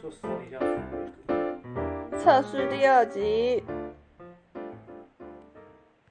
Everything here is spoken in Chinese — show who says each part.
Speaker 1: 说说你这样子。
Speaker 2: 测试第二集，